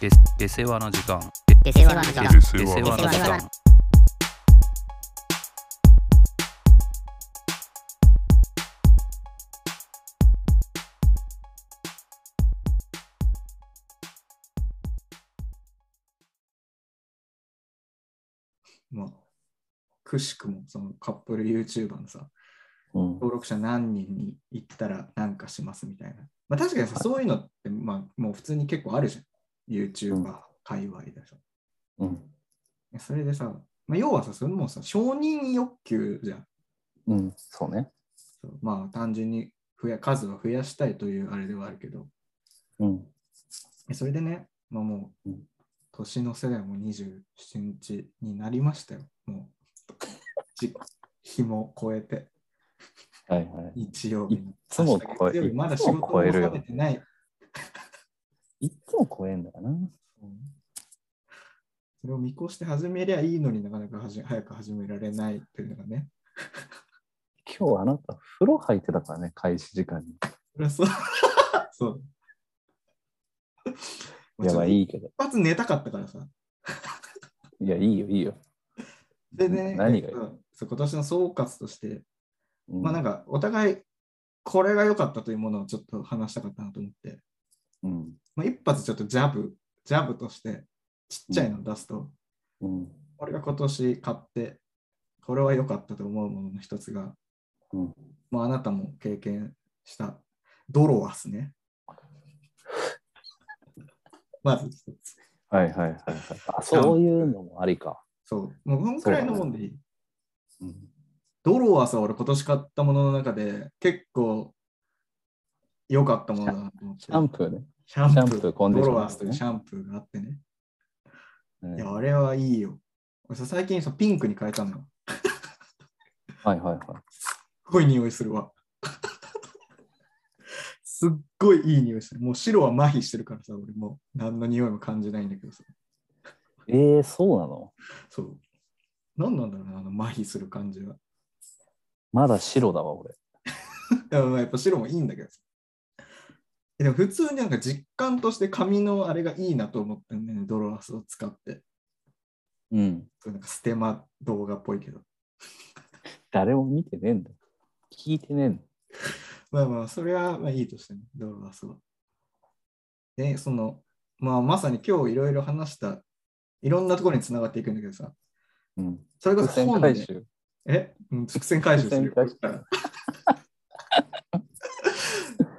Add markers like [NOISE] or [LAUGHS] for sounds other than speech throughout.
で出世話の時間出世話の時間で出世世話の話時間まあ、くしくもそのカップル YouTuber のさ、うん登録者何人に行ったらなんかしますみたいな。まあ確かにさ、そういうのって、まあもう普通に結構あるじゃん。YouTuber 界隈でさ。うんそれでさ、まあ、要はさ、それもさ、承認欲求じゃん。うん、そうね。そうまあ単純に増や数は増やしたいというあれではあるけど、うん。それでね、まあもううん、年の世代も27日になりましたよ。もう、じ日も超えて、はいはい。日曜日に。いつも超え日曜日まだいつ仕も事超もえる覚よめねてない。いつも超えんだかな。それを見越して始めりゃいいのになかなかはじ早く始められないというのがね。今日あなた風呂入ってたからね、開始時間に。そりゃそう。 [LAUGHS] そう。いや、まあ一いいけど。発寝たかったからさ。いや、いいよ、いいよ。でね、何がいいうんそう今年の総括として、うんまあなんかお互いこれが良かったというものをちょっと話したかったなと思って、うん。まあ、一発ちょっとジャブ、ジャブとしてちっちゃいのを出すと、うん。俺が今年買って、これは良かったと思うものの一つが、うんまああなたも経験したドロワスね。 [LAUGHS] まず一つ。はいはいはいはい。あ、そういうのもありか。そう。もうこんくらいのもんでいい。うん。ドロワスは俺今年買ったものの中で結構良かったものだなと思って。シャンプーね。シャンプー。シャンプーコンディショナードロワースというシャンプーがあってね。うんいや、あれはいいよ。俺さ、最近さ、ピンクに変えたのよ。はいはいはすっごい匂いするわ。 [LAUGHS] すっごいいい匂いする。もう白は麻痺してるからさ、俺もう何の匂いも感じないんだけどさ。い。えー、そうなのそう。何なんだろうな、あの麻痺する感じは。まだ白だわ、俺。でもまあやっぱ白もいいんだけどさ。えでも普通になんか実感として髪のあれがいいなと思ったんだよね、ドロワースを使って。うん。なんかステマ動画っぽいけど。誰も見てねえんだよ。聞いてねえんだよ。まあまあ、それはまあいいとしてね、ドロはすごい。で、その、まあまさに今日いろいろ話した、いろんなところにつながっていくんだけどさ、うん。それこ伏そ線本で回ね、収。えうん伏線回収するよ。伏線回 [LAUGHS] い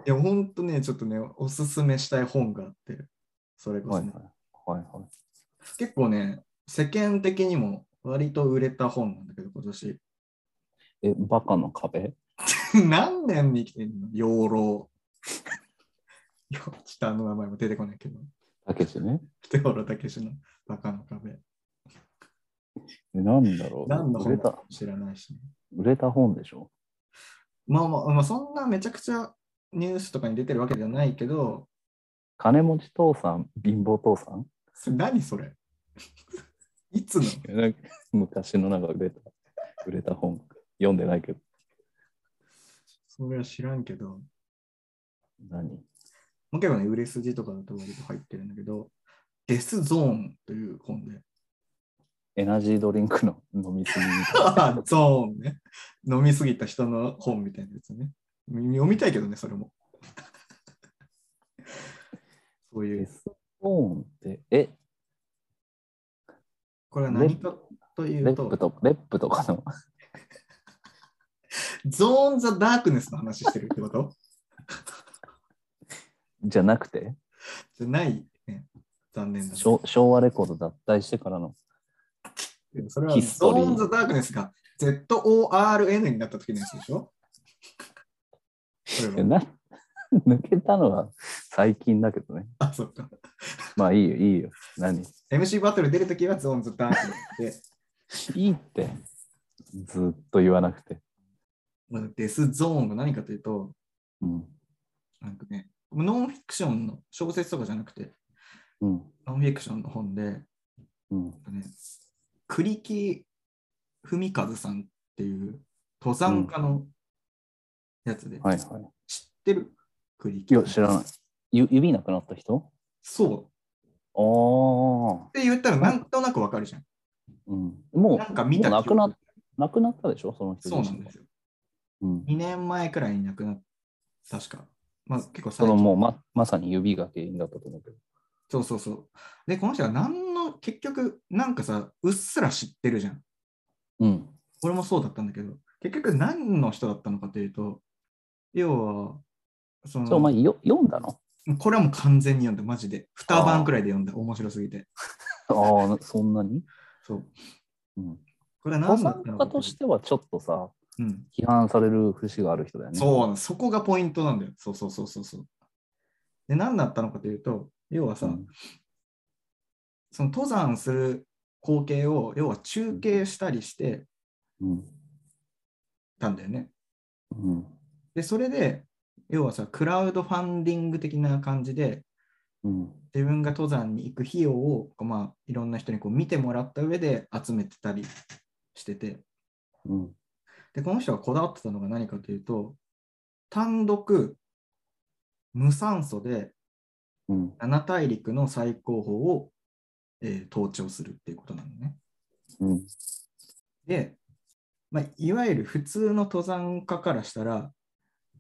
や、ほんとね、ちょっとね、おすすめしたい本があって、それこそはいね、はい。はいはい。結構ね、世間的にも割と売れた本なんだけど、今年。 [LAUGHS] え、バカの壁何年に生きてんの養老。 [LAUGHS] よちょっとあの名前も出てこないけど。たけしね。テオロたけしのバカの壁。えなんだろう。何の売れ本たか、知らないし、ね。売れた本でしょ。まあまあ、まあ、そんなめちゃくちゃニュースとかに出てるわけじゃないけど、金持ち父さん、貧乏父さんそれ何それ [LAUGHS] いつのなんか昔のなんか売れた、売れた本、読んでないけど。それは知らんけど、も何う結構ね、売れ筋とかだと割と入ってるんだけど、デスゾーンという本で。 [LAUGHS] エナジードリンクの飲みすぎみたいな。[LAUGHS] あゾーンね。飲みすぎた人の本みたいなやつね。読みたいけどね、それも。 [LAUGHS] そういデう。スボーンって、え、これは何かといレうッとプ、と、レップとかの、 [LAUGHS] ゾーン・ザ・ダークネスの話してるってこと [LAUGHS] じゃなくて、じゃない、ね。残念だ、ね。昭昭和レコード脱退してからの、それはヒスゾトリーーン・ザ・ダークネスが ZORN になった時のやつでしょそれえはな [LAUGHS] 抜けたのは最近だけどね。あ、そっか。まあいいよ、いいよ。何 MC バトル出るときはゾーン・ザ・ダークネスいいって、ずっと言わなくて。で、デス・ゾーンが何かというと、うん。なんかね、ノンフィクションの小説とかじゃなくて、うん。ノンフィクションの本で、うん。ね、栗木文和さんっていう登山家のやつで、はいはい。知ってる栗木いや、知らない。ゆ指なくなった人そう。ああ。て言ったらなんとなくわかるじゃん。うん。もなんう、か見たもうな記憶くなっ亡くなったでしょその人そう自なん身でがすよ。うん。 2年前くらいに亡くなった。確か。まあ結構そ最の近。もうま、まさに指が原因だったと思うけど。そうそうそう。で、この人は何の、結局、なんかさ、うっすら知ってるじゃん。うん。俺もそうだったんだけど、結局何の人だったのかというと、要は、そのそう、お前よ読んだの [LAUGHS] これはもう完全に読んだ、マジで。2晩くらいで読んだ、面白すぎて。ああ、なそんなにそう。うん。これは登何だった山家のかとしてはちょっとさ、うん、批判される節がある人だよね。そうな、そこがポイントなんだよ。そうそうそうそうそう。で、何だったのかというと、要はさ、うんその登山する光景を、要は中継したりしてうん。たんだよね。うん。で、それで、要はさ、クラウドファンディング的な感じで、うん。自分が登山に行く費用を、こうまあ、いろんな人にこう見てもらった上で集めてたりしてて、うん。で、この人がこだわってたのが何かというと、単独、無酸素でうん。七大陸の最高峰を、えー登頂するっていうことなのね。うん。で、まあ、いわゆる普通の登山家からしたら、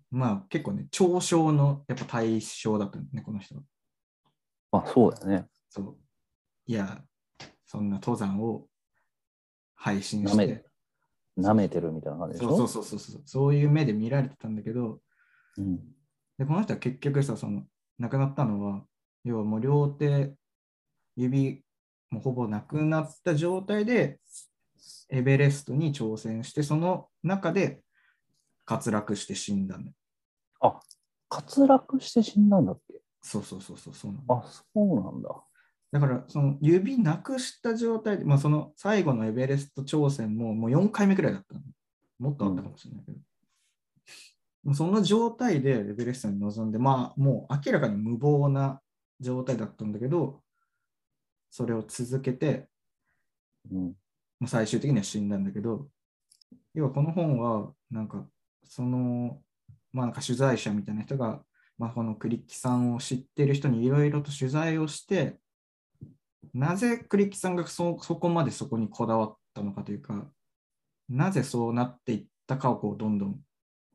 まあ結構ね、長症のやっぱ対象だったのね、この人は。まあ、そうだよね。そう。いや、そんな登山を配信舐しめてて、、舐めてるみたいな感じでしそうょそうそうそうそう、そういう目で見られてたんだけど、うん。で、この人は結局さ、その、亡くなったのは、要はもう両手、指、もうほぼなくなった状態で、エベレストに挑戦して、その中で滑落して死んだの。滑落して死んだんだっけそうそうそうそう、そうなの。あ、そうなんだ。だから、その指なくした状態で、まあ、その最後のエベレスト挑戦ももう4回目くらいだったの。もっとあったかもしれないけど。もうその状態でエベレストに臨んで、まあ、もう明らかに無謀な状態だったんだけど、それを続けて、うん。まあ最終的には死んだんだけど、要はこの本は、なんか、その、まあなんか取材者みたいな人が、まあこの栗木さんを知ってる人にいろいろと取材をして、なぜ栗木さんがそそこまでそこにこだわったのかというか、なぜそうなっていったかをこうどんどん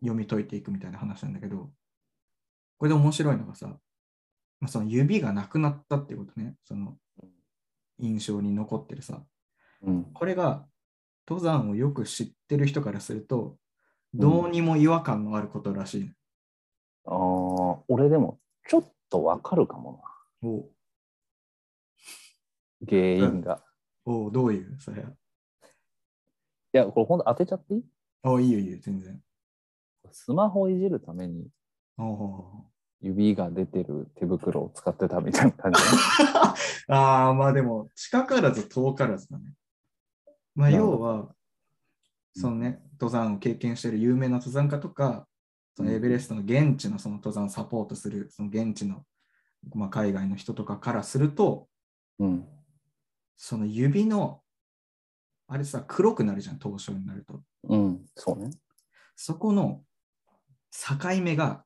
読み解いていくみたいな話なんだけど、これで面白いのがさ、まあ、その指がなくなったっていうことね、その印象に残ってるさ。うん。これが登山をよく知ってる人からすると、どうにも違和感のあることらしいね、ああ、俺でも、ちょっとわかるかもな。お原因が。おうどういうそれは。いや、これほんと当てちゃっていいあいいよいいよ、全然。スマホいじるためにおお指が出てる手袋を使ってたみたいな感じ。 [LAUGHS] ああ、まあでも、近からず遠からずだね。まあ、なるほど要は、そのね、登山を経験している有名な登山家とか、そのエベレストの現地のその登山をサポートする、その現地の、まあ、海外の人とかからすると、うん。その指の、あれさ、黒くなるじゃん、凍傷になると。うん。そうね。そこの境目が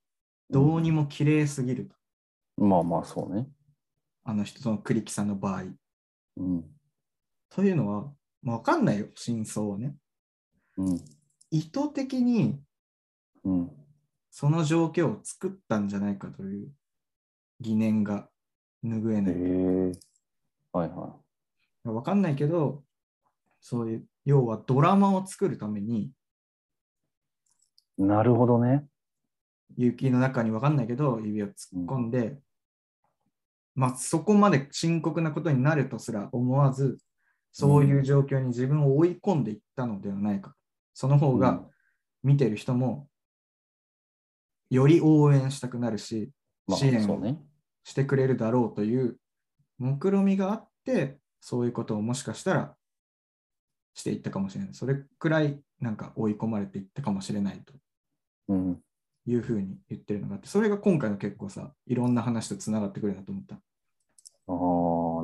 どうにも綺麗すぎると、まあまあ、そうね。あの人その栗木さんの場合。うん。というのは、まあ、分かんないよ、真相をね。うん。意図的にうん。その状況を作ったんじゃないかという疑念が拭えええない。はいは分かんないけど、そういう、要はドラマを作るために、い。なるほどね。雪の中に分かんないけど、指を突っ込んで、まあ、そこまで深刻なことになるとすら思わず、そういう状況に自分を追い込んでいったのではないか。その方が見てる人も、より応援したくなるし、まあ、支援そうね。してくれるだろうという目論みがあって、そういうことをもしかしたらしていったかもしれない。それくらいなんか追い込まれていったかもしれないとうん。いうふうに言ってるのがあって、それが今回の結構さ、いろんな話とつながってくるなと思った。ああ、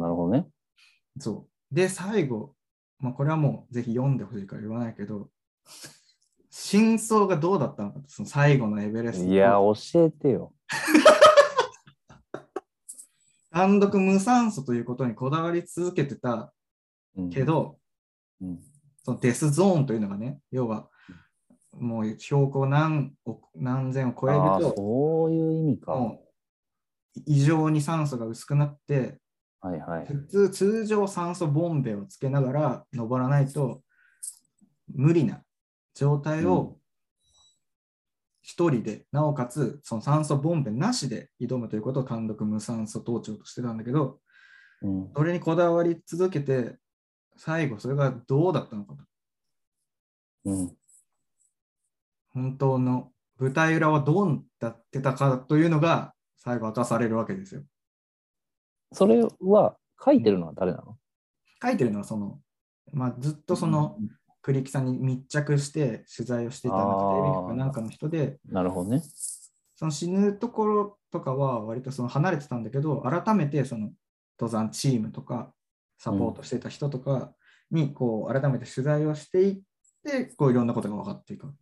なるほどね。そう。で、最後、まあ、これはもうぜひ読んでほしいから言わないけど、真相がどうだったのか、その最後のエベレスト。いや、教えてよ。単独無酸素ということにこだわり続けてたうんけど、うんそのデスゾーンというのがね、要は、もう標高何億何千を超えるああ、と、そういう意味か。もう異常に酸素が薄くなって、はいはい。普通、通常酸素ボンベをつけながら登らないと、無理な状態うんを一人で、なおかつその酸素ボンベなしで挑むということを単独無酸素登頂としてたんだけど、うん、それにこだわり続けて、最後それがどうだったのかと。うん、本当の舞台裏はどうなってたかというのが最後明かされるわけですよ。それは書いてるのは誰なの書いてるのはその、まあ、ずっとその、栗木さんに密着して取材をしていたなんかあーテレビ局かなんかの人でなるほどね。その死ぬところとかは割とその離れてたんだけど改めてその登山チームとかサポートしてた人とかにこう改めて取材をしていってこういろんなことが分かっていく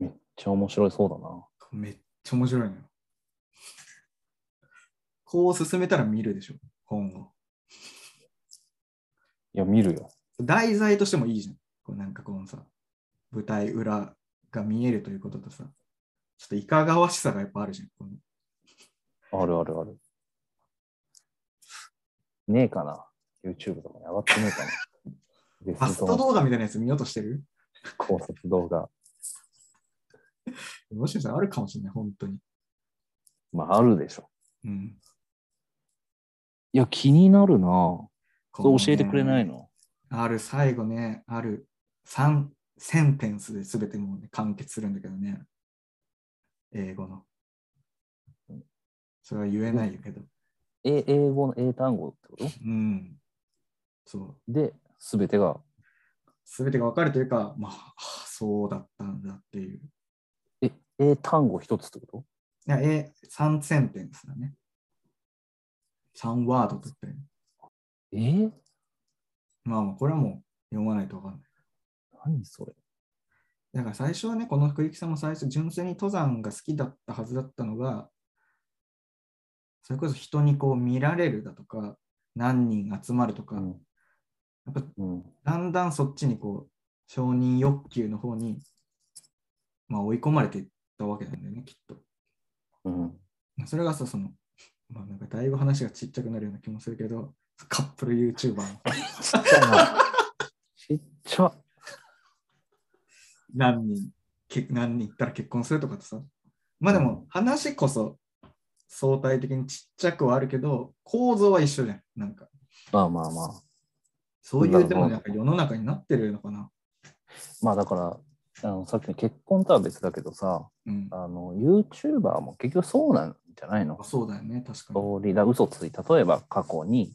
めっちゃ面白いそうだな。めっちゃ面白いのよ。こう進めたら見るでしょ、本を。いや、見るよ。題材としてもいいじゃん。こうなんかこのさ、舞台裏が見えるということとさ、ちょっといかがわしさがやっぱあるじゃん。このあるあるある。ねえかな ?YouTube とかに上がってねえかなデ [LAUGHS] ファスストゾーン動画みたいなやつ見ようとしてる考察動画。もしかしたらあるかもしれない、本当に。まあ、あるでしょ。うん。いや、気になるなぁこのそうね教えてくれないのある、最後ね、ある、3センテンスで全てもうね、完結するんだけどね。英語の。それは言えないけど。え英語の英単語ってことうん。そう。で、すべてが、すべてが分かるというか、まあ、はあそうだったんだっていう。いえ、英単語一つってこや、え、3センテンスだね。3ワードと言ってる。とえーまあまあ、これはもう読まないと分かんない。何それだから最初はね、この福井さんも最初、純粋に登山が好きだったはずだったのが、それこそ人にこう見られるだとか、何人集まるとか、うんやっぱうん。だんだんそっちにこう承認欲求の方に、まあ、追い込まれていったわけなんだよね、きっと。うん。それがさ、その、まあなんかだいぶ話がちっちゃくなるような気もするけど、カップル YouTuber のちっちゃいな。ちっちゃ。何人、け何人いったら結婚するとかってさ、まあでうんも話こそ相対的にちっちゃくはあるけど、構造は一緒じゃん。なんか、まあまあまあ。そうないるうほでどもなんか世の中になってるのかな。まあだから、あのさっきの結婚とは別だけどさ、うん。あの YouTuber も結局そうなんじゃないのあそうだよね、確かに。通りだ、嘘つい、例えば過去に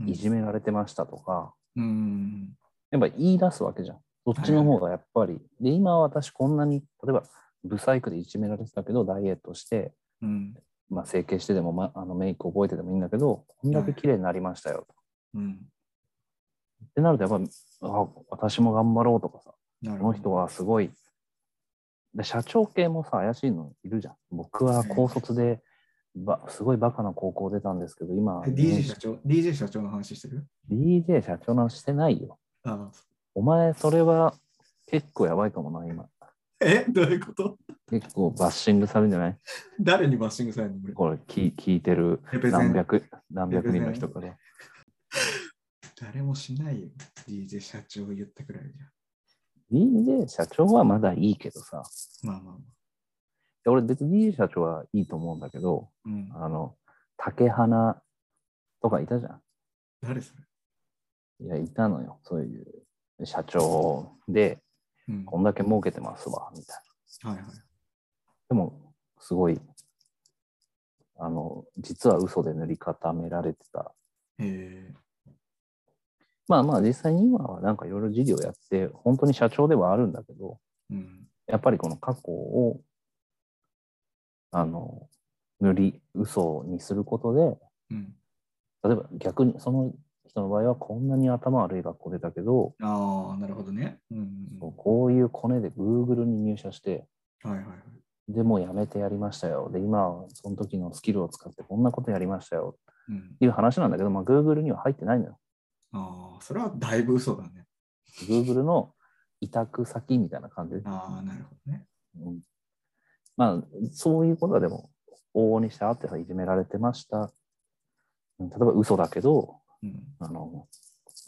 うんいじめられてましたとか、うん。やっぱ言い出すわけじゃん。そっちの方がやっぱり、で、今は私こんなに、例えば、ブサイクでいじめられてたけど、ダイエットして、うん。まあ、整形してでも、ま、あのメイク覚えてでもいいんだけど、こんだけ綺麗になりましたよ。うん。ってなると、やっぱ、あ私も頑張ろうとかさ、なるこのほ人ど。はすごい。で社長系もさ、怪しいのいるじゃん。僕は高卒で、ばすごいバカな高校出たんですけど、今、え DJ 社長、DJ 社長の話してる DJ 社長なんしてないよ。あお前、それは結構やばいかもな、今。あえどういうこと結構バッシングされるんじゃない誰にバッシングされるのこれこれ聞、聞いてるレペゼ何ン百、何百人の人から。誰もしないよ。DJ 社長言ったくらいじ DJ 社長はまだいいけどさ。ゃん。まあまあまあ。で俺、別に DJ 社長はいいと思うんだけど、うん、あの、竹花とかいたじゃん。誰それ、いや、いたのよ。そういう社長で、うん、こはんだけ儲けてますわ、みたいな。いはい。でも、すごい、あの、実は嘘で塗り固められてた。えまあまあ、実際に今はなんかいろいろ事業やって、本当に社長ではあるんだけど、ーうん、やっぱりこの過去を、あの、塗り、嘘にすることで、うん。例えば逆にその人の場合はこんなに頭悪い学校出たけど、ああ、なるほどね。うんうんうん、こういうコネで Google に入社して、はいはいはい。でもうやめてやりましたよ。で、今はその時のスキルを使ってこんなことやりましたようんっ、ていう話なんだけど、まあ、Google には入ってないのよ。ああ、それはだいぶ嘘だね。 Google の委託先みたいな感じで。ああ、なるほどね。うんまあ、そういうことはでも、往々にしてあってさ、いじめられてました。うん例えば嘘だけど、うん。あの、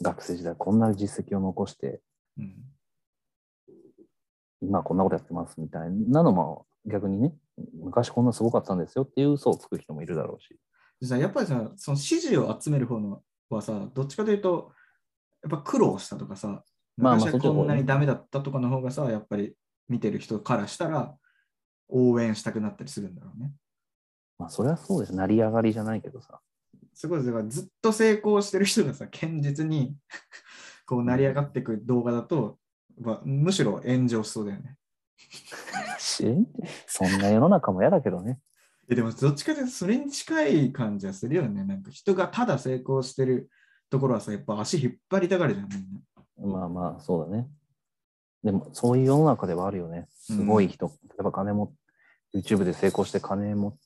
学生時代こんな実績を残して、うん。今こんなことやってますみたいなのも逆にね、昔こんなすごかったんですよっていう嘘をつく人もいるだろうし。じゃあやっぱりさ、その支持を集める方のはさ、どっちかというと、やっぱ苦労したとかさ、まあまあ昔はそっちの方ねこんなにダメだったとかの方がさ、やっぱり見てる人からしたら、応援したくなったりするんだろうね。まあそれはそうです。成り上がりじゃないけどさ。すごい、だからずっと成功してる人がさ、堅実にこう成り上がっていく動画だと、まあむしろ炎上しそうだよね。しそんな世の中も嫌だけどね。えでも、どっちかというとそれに近い感じはするよね。なんか人がただ成功してるところはさ、やっぱ足引っ張りたがるじゃん、みんな。まあまあそうだね。でもそういう世の中ではあるよね。すごい人、例えば金も、YouTube で成功して金も、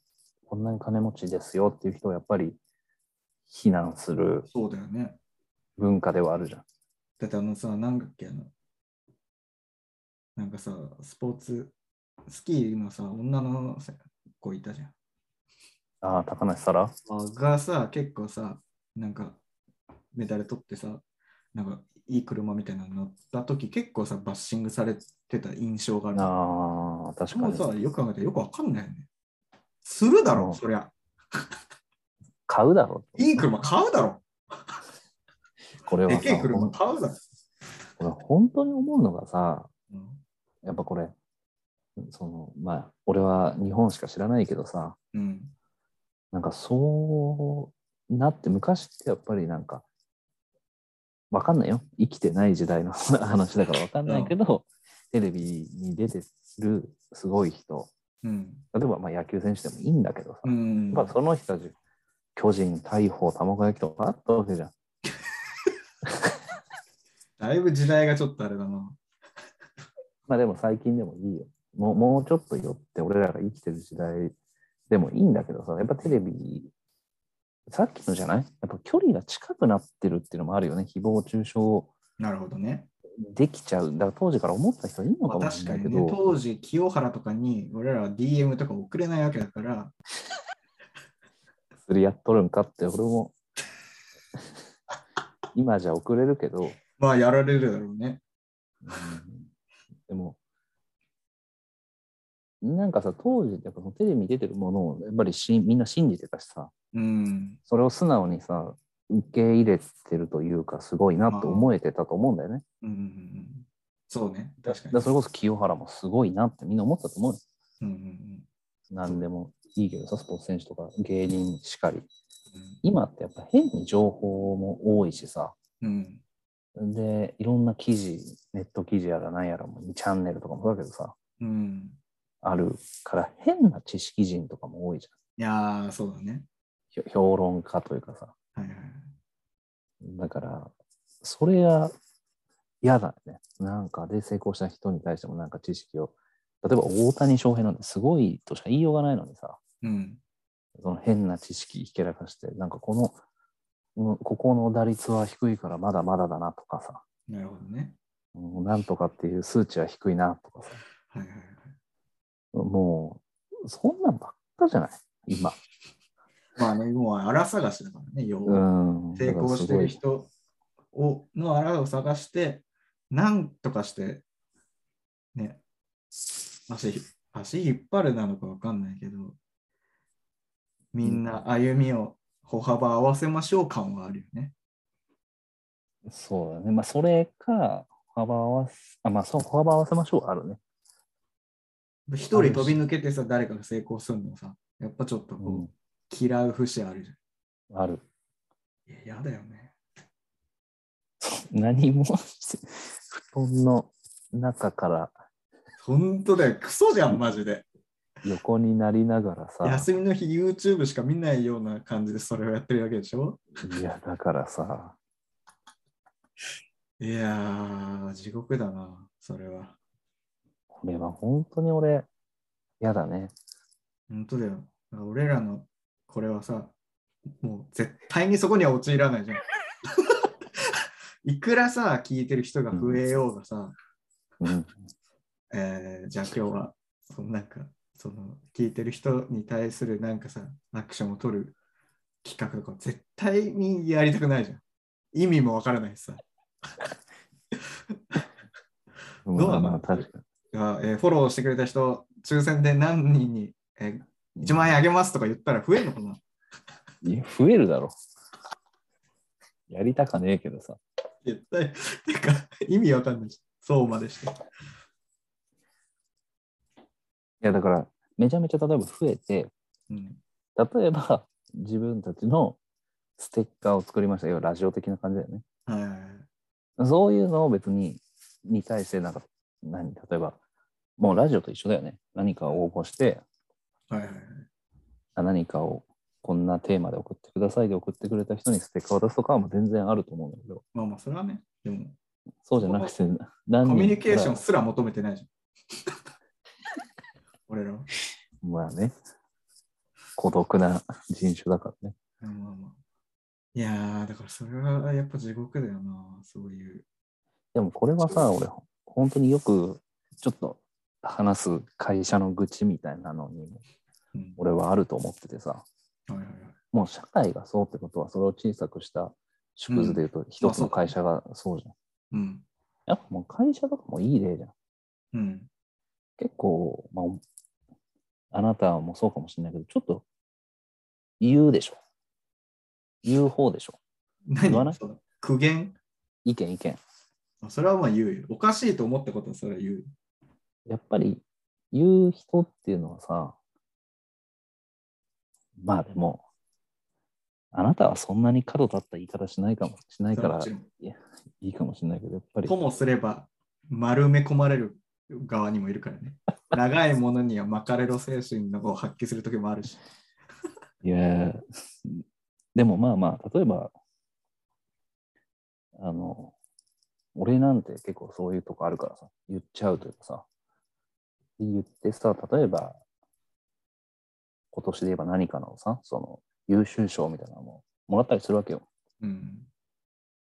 こんなに金持ちですよっていう人をやっぱり非難するそうだよね。文化ではあるじゃん。だってあのさ、なんだっけ、あの、なんかさ、スポーツ、スキーのさ、女のさ子いたじゃん。ああ、高梨沙羅がさ、結構さ、なんか、メダル取ってさ、なんか、いい車みたいなの乗った時結構さ、バッシングされてた印象がある。ああ、確かもうに。さ、よく考えたらよくわかんないよね。するだうろん、そりゃ。買うだろう。いい車買うだろ。これはでさ、けえほ車ん買うだろ。俺本当に思うのがさ、うんやっぱこれ、その、まあ、俺は日本しか知らないけどさ、うん。なんかそうなって、昔ってやっぱりなんか、わかんないよ。生きてない時代の [LAUGHS] 話だからわかんないけど、テレビに出てるすごい人、うん。例えばまあ野球選手でもいいんだけどさ、うん。やっぱその人たち、巨人、大砲、卵焼きとかあったわけじゃん。だいぶ時代がちょっとあれだな。まあでも最近でもいいよ。もうもうちょっとよって俺らが生きてる時代でもいいんだけどさ、やっぱテレビ、さっきのじゃないやっぱ距離が近くなってるっていうのもあるよね。誹謗中傷なるほどね。できちゃう。だから当時から思った人いるのまかあ、もし確れなかいけにど、ね、当時、清原とかに俺らは DM とか送れないわけだから、それやっとるんかって俺 [LAUGHS] も、今じゃ遅れるけど、まあやられるだろうね。うんでも、なんかさ、当時ってやっぱそのテレビに出てるものをやっぱりしみんな信じてたしさ、うん。それを素直にさ受け入れてるというかすごいなって思えてたと思うんだよね。うんうんうん、そうね、確だかかに。らそれこそ清原もすごいなってみんな思ったと思うよ。うんうんうん何でもいいけどさスポーツ選手とか芸人しかり。今ってやっぱ変に情報も多いしさうんうんでいろんな記事ネット記事やら何やらも2チャンネルとかもそうだけどさうんあるから変な知識人とかも多いじいやー、そうだね。ゃんひょ評論家というかさはいはいだから、それが嫌だね。なんかで成功した人に対してもなんか知識を、例えば大谷翔平なんてすごいとしか言いようがないのにさ、うん。その変な知識ひけらかして、なんかこの、うんここの打率は低いからまだまだだなとかさ、なるほどね。うんなんとかっていう数値は低いなとかさ、はいはいはい。もう、そんなんばっかじゃない今。まあね、もう荒探しだからね、要うは。ん。成功してるだからす人をの荒を探して、なんとかして、ね、足ひ足引っ張るなのかわかんないけど、みんな歩みを歩幅合わせましょう感はあるよね。ごい。そうだね。まあ、それか、幅合わせ、あ、まあ、そう、幅合わせましょう、あるね。一人飛び抜けてさ、誰かが成功するのさ、やっぱちょっとこう、嫌う節あるじうん、ある。ゃん。いや、やだよね。何もして、布団の中から本当だよ、クソじゃん、マジで。横になりながらさ、休みの日 YouTube しか見ないような感じでそれをやってるわけでしょいや、だからさ、いやー、地獄だな、それは。これは本当に俺、嫌だね。本当だよ。だから俺らのこれはさ、もう絶対にそこには陥らないじゃん。いくらさ、聞いてる人が増えようがさ、うん。えーじゃあ今日は、そのなんか、その聞いてる人に対するなんかさ、アクションを取る企画とか絶対にやりたくないじゃん。意味もわからないしさ。どうなのまあ確かあえーフォローしてくれた人、抽選で何人に、えー1万円あげますとか言ったら増えるのかなに。いや増えるだろ。やりたかねえけどさ。絶対、てか、意味わかんないし、そうまでして。いやだから、めちゃめちゃ例えば増えて、うん。例えば自分たちのステッカーを作りました。要はラジオ的な感じだよね。はいはいはい。そういうのを別に、に対して、なんか、何、例えば、もうラジオと一緒だよね。何かを応募して、はいはいはい。あ何かをこんなテーマで送ってくださいで送ってくれた人にステッカーを出すとかはもう全然あると思うんだけど、まあまあ、それはね、でも、そうじゃなくて、何人コミュニケーションかすら求めてないじゃん。 [LAUGHS] 俺らは。らまあね、孤独な人種だからね。まあまあまあ。いやー、だからそれはやっぱ地獄だよな、そういう。でもこれはさ、俺、本当によく、ちょっと話す会社の愚痴みたいなのにも、うん、俺はあると思っててさ、はいはいはい。もう社会がそうってことは、それを小さくした縮図で言うと、一つの会社がそうじゃん。うん。やっぱもう会社とかもいい例じゃん。うん。結構、まあ、あなたもそうかもしれないけど、ちょっと言うでしょ。言う方でしょ。何言わないその苦言意見意見。あそれはまあ言うよ。おかしいと思ったことはそれは言うよ。やっぱり言う人っていうのはさ、まあでも、あなたはそんなに角立った言い方しないかもしないそかれはもらちろんいいかもしれないけど、やっぱりともすれば丸め込まれる側にもい [LAUGHS] るからね。長いものには巻かれろ精神のを発揮する時もあるし。いやー、でもまあまあ、例えば、あの、俺なんて結構そういうとこあるからさ、言っちゃうというかさ、言ってさ、例えば、今年で言えば何かのさ、その優秀賞みたいなのももらったりするわけよ。うん。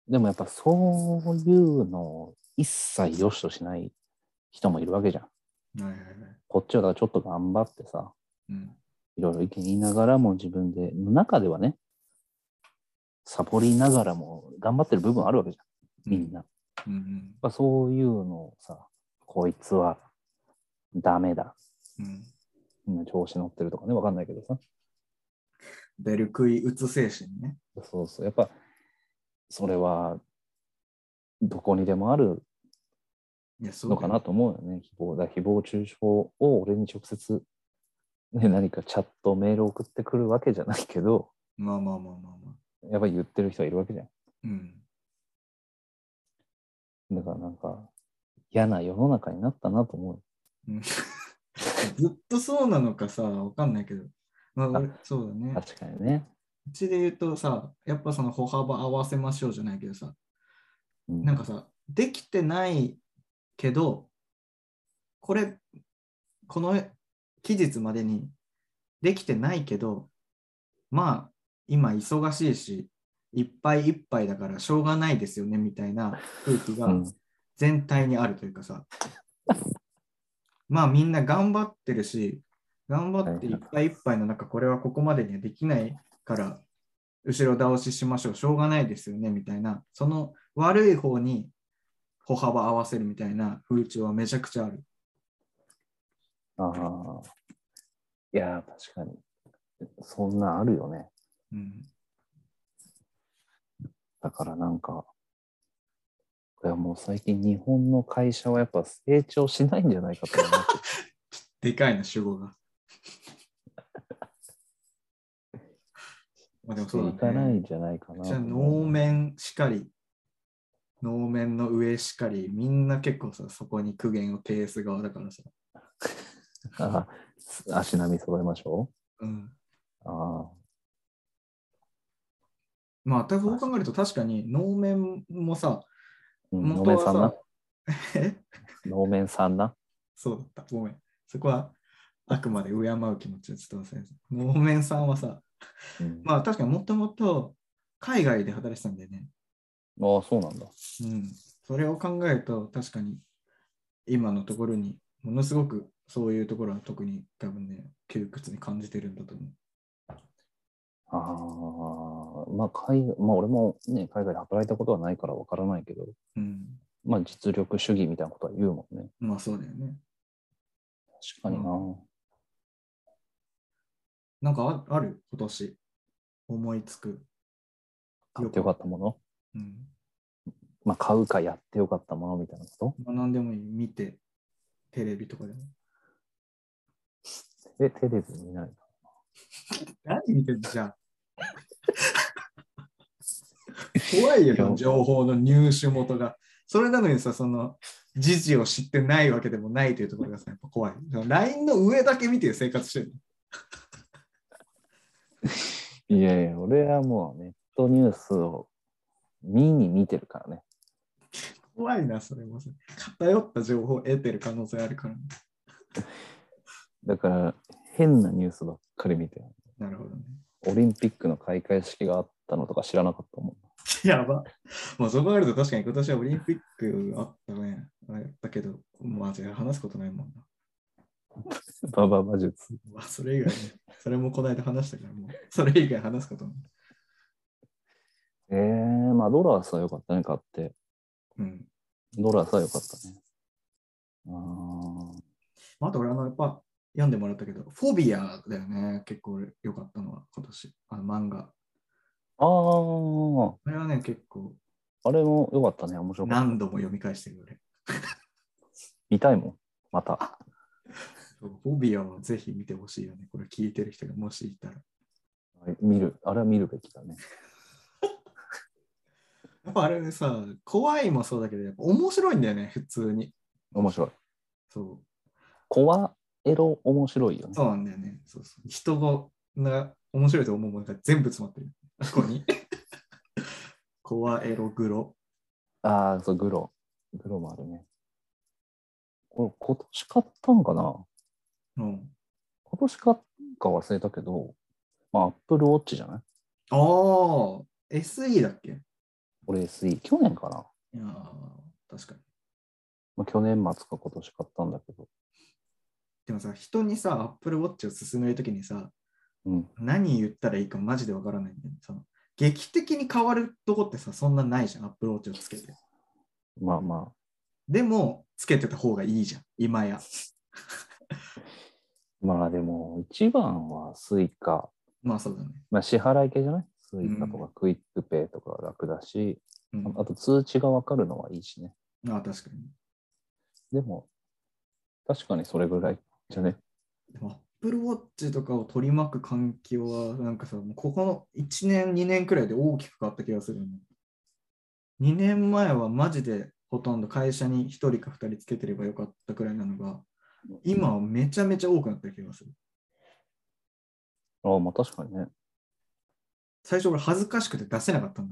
でもやっぱそういうのを一切良しとしない人もいるわけじゃん。はいはいはい。こっちはだからちょっと頑張ってさ、うん。いろいろ意見言いながらも自分で、中ではね、サボりながらも頑張ってる部分あるわけじゃん、みんな。やっうんうんぱそういうのをさ、こいつはダメだ。うん。うん調子乗ってるとかね、わかんないけどさ。ベルクイ打つ精神ね。そうそう。やっぱ、それは、どこにでもあるいや、そうだのよかなと思うよね。誹謗だ。誹謗中傷を俺に直接、ね、何かチャット、メール送ってくるわけじゃないけど、まあまあまあまあまあ。やっぱり言ってる人はいるわけじゃん。うん。だからなんか、嫌な世の中になったなと思う。うんずっとそうなのかさ、わかんないけど。まあ、俺そうだね。確かにね。うちで言うとさ、やっぱその歩幅合わせましょうじゃないけどさ、うんなんかさ、できてないけど、これ、この期日までにできてないけど、まあ、今忙しいし、いっぱいいっぱいだからしょうがないですよねみたいな空気がうん全体にあるというかさ、まあみんな頑張ってるし、頑張っていっぱいいっぱいの中、これはここまでにはできないから、後ろ倒ししましょう、しょうがないですよねみたいな、その悪い方に歩幅合わせるみたいな風潮はめちゃくちゃある。ああ。いやー、確かに。そんなあるよね。うん、だからなんか、これはもう最近日本の会社はやっぱ成長しないんじゃないかと思って。でかいな、主語が。 [LAUGHS] まあでも [LAUGHS] そうだいかなねいんじゃないかな。じゃあ能。面しかり、能面の上しかり、みんな結構さ、そこに苦言を呈す側だからさ。ああ、足並み揃えましょうん、う。ああ。まあ、たそう考えると確かに能面もさ、うん、能元面はさんな [LAUGHS] さ。、え能面さんな。そうだった、ごめん。そこはあくまで敬う気持ちを伝わせる。能面さんはさ、うんまあ確かにもともと海外で働いてたんだよね。ああ、そうなんだ。うん。それを考えると確かに今のところにものすごくそういうところは特に多分ね、窮屈に感じてるんだと思う。ああ、まあ海外、まあ俺もね、海外で働いたことはないからわからないけど、うん。まあ実力主義みたいなことは言うもんね。まあそうだよね。確かにな。なんかあある今年。思いつく。買ってよかったもの。うん。まあ買うかやってよかったものみたいなこまあ、何でもいい。見て、テレビとかでも。とえ、テレビ見ないか。何見てんじゃ [LAUGHS] ん。怖いよ、情報の入手元が。それなのにさ、その、時事を知ってないわけでもないというところがさ、やっぱ怖い。その LINE の上だけ見て生活してるいやいや、俺はもうネットニュースを見に見てるからね。怖いな、それもさ。偏った情報を得てる可能性あるから、だから変なニュースばっかり見てる。なるほどね。オリンピックの開会式があったのとか知らなかったもん。 [LAUGHS] やば。まあ、そこあると確かに今年はオリンピックあったね。あれだけど、まあ、じゃあ話すことないもんな。ババ馬術。まあ、それ以外、ね、それもこの間話したから、もう、それ以外話すことない。ええー、まあドラスは良かったね、買って。うん。ドラスは良かったね。あまああと俺あのやっぱ読んでもらったけど、フォビアだよね、結構俺良かったのは今年、あの漫画。あ。ああれはね、結構あ。あれも良かったね、面白かった。何度も読み返してる俺。見たいもん、また。そうフォビアはぜひ見てほしいよね、これ聞いてる人がもしいたら。見る。あれは見るべきだね。やっぱあれねさ、怖いもそうだけど、やっぱ面白いんだよね、普通に。面白い。そ怖エロ面白いよう、ね。そうなんだよね。そうそう人が面白いと思うものが全部詰まってる。ここ [LAUGHS] に。怖エログロ。ああ、そう、グロ。グロもあるね。これ今年買ったんかなうん。今年買ったか忘れたけど、まあ、Apple Watch じゃないああ、SE だっけい俺 SE、去年かなやー確かに。まあ、去年末か今年買ったんだけど。でもさ、人にさ、Apple Watch を勧めるときにさ、うん。何言ったらいいかマジでわからないんだよね。その劇的に変わるとこってさ、そんなないじゃん、Apple Watch をつけて。まあまでも、つけてた方がいいじゃん、今や。あ。まあでも、一番は Suica。まあそうだね。まあ支払い系じゃない ?Suica とうかクイックペイとか楽だし、うん、あと通知がわかるのはいいしね。ああ確かに。でも、確かにそれぐらいじゃね。でも Apple Watch とかを取り巻く環境は、なんかさ、もうここの1年、2年くらいで大きく変わった気がするね。2年前はマジでほとんど会社に1人か2人つけてればよかったくらいなのが、今はめちゃめちゃ多くなった気がする。ああ、まあ確かにね。最初俺恥ずかしくて出せなかったの。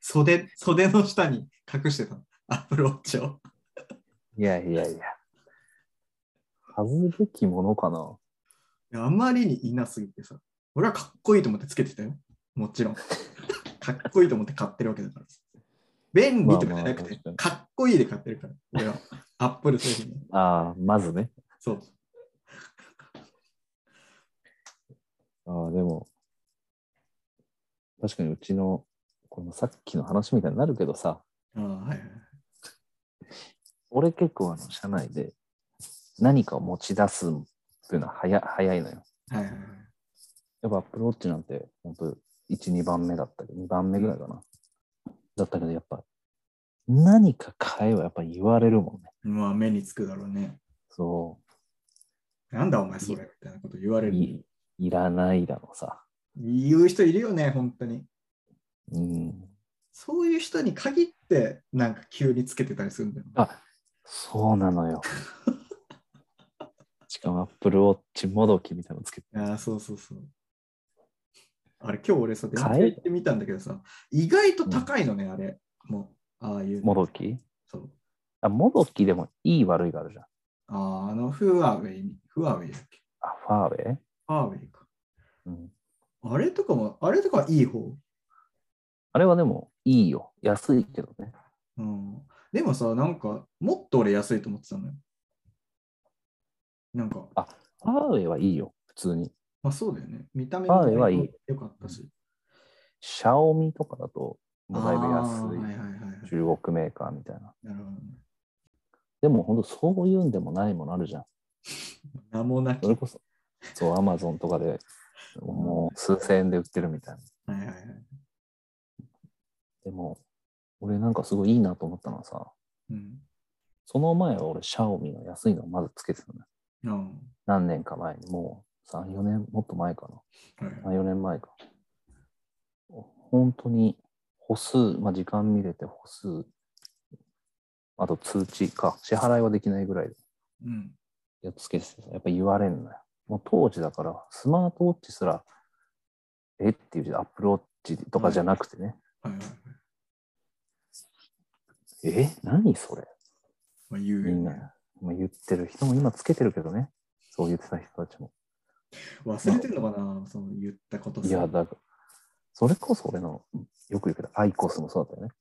袖、袖の下に隠してたの。アップルウォッチを。いやいやいや。 [LAUGHS] 恥ずべきものかな。いやあまりにいなすぎてさ。俺はかっこいいと思ってつけてたよ。もち [LAUGHS] ろん。かっこいいと思って買ってるわけだから。便利とかじゃなくてまあま、あかっこいいで買ってるから。俺は。 [LAUGHS] アップル製品を。ああ、まずね。そう。ああ、でも、確かにうちの、このさっきの話みたいになるけどさ、ああ、はいはい。俺結構あの、社内で何かを持ち出すっていうのは早早いのよ。はいはいはい。やっぱアップルウォッチなんて、本当1、2番目だったけど、2番目ぐらいかな。だったけど、やっぱ、何か買えばやっぱ言われるもんね。まあ、目につくだろうね。そなんだお前それみたいなこと言わう、れる。いいらないだのさ。言う人いるよね、本当に。うん。そういう人に限って、なんか急につけてたりするんだよ。そうな [LAUGHS] のよ。しかもアップルウォッチもどきみたいなのつけて。ああ、そうそうそう。あれ、今日俺さ、電買え気屋行ってみたんだけどさ、意外と高いのね、あれ。もう、ああいうの。もどきそう。あ、もどきでもいい悪いがあるじゃん。ああ、あの、フーアウェイ、ファーウェイだっけあ、ファーウェイ、ファーウェイか。うん、あれとかも、あれとかはいい方。あれはでもいいよ。安いけどね。うん、でもさ、なんか、もっと俺安いと思ってたのよ。なんか、ファーウェイはいいよ。普通に。まあそうだよね。見た目ファーウェイはいいよかったし。シャオミとかだと、もうだいぶあー安い。はいはいはいはい。中国メーカーみたいな。なるほどね。でも本当そういうんでもないものあるじゃん。名もなき。そはれいこそ、そう、アマゾンとかでもう数千円で売ってるみたいな。はいはい。でも、俺なんかすごいいいなと思ったのはさ、うん。その前は俺、シャオミの安いのをまずつけてたのよ。うん何年か前に、もう3、4年、もっと前かはいな。3、4年前か。本当に歩数、まあ、時間見れて歩数、あと通知か、支払いはできないぐらいでうん。やっつけててさ、やっぱ言われんのよ。もう当時だから、スマートウォッチすら、えっていう字でアップルウォッチとかじゃなくてね、はいはいはい。え何それまあ言うみよんなね。、まあ、言ってる人も今つけてるけどね、そう言ってた人たちも。忘れてんのかなその言ったことさいや、だから、それこそ俺のよく言うけど、アイコスもそうだったよね。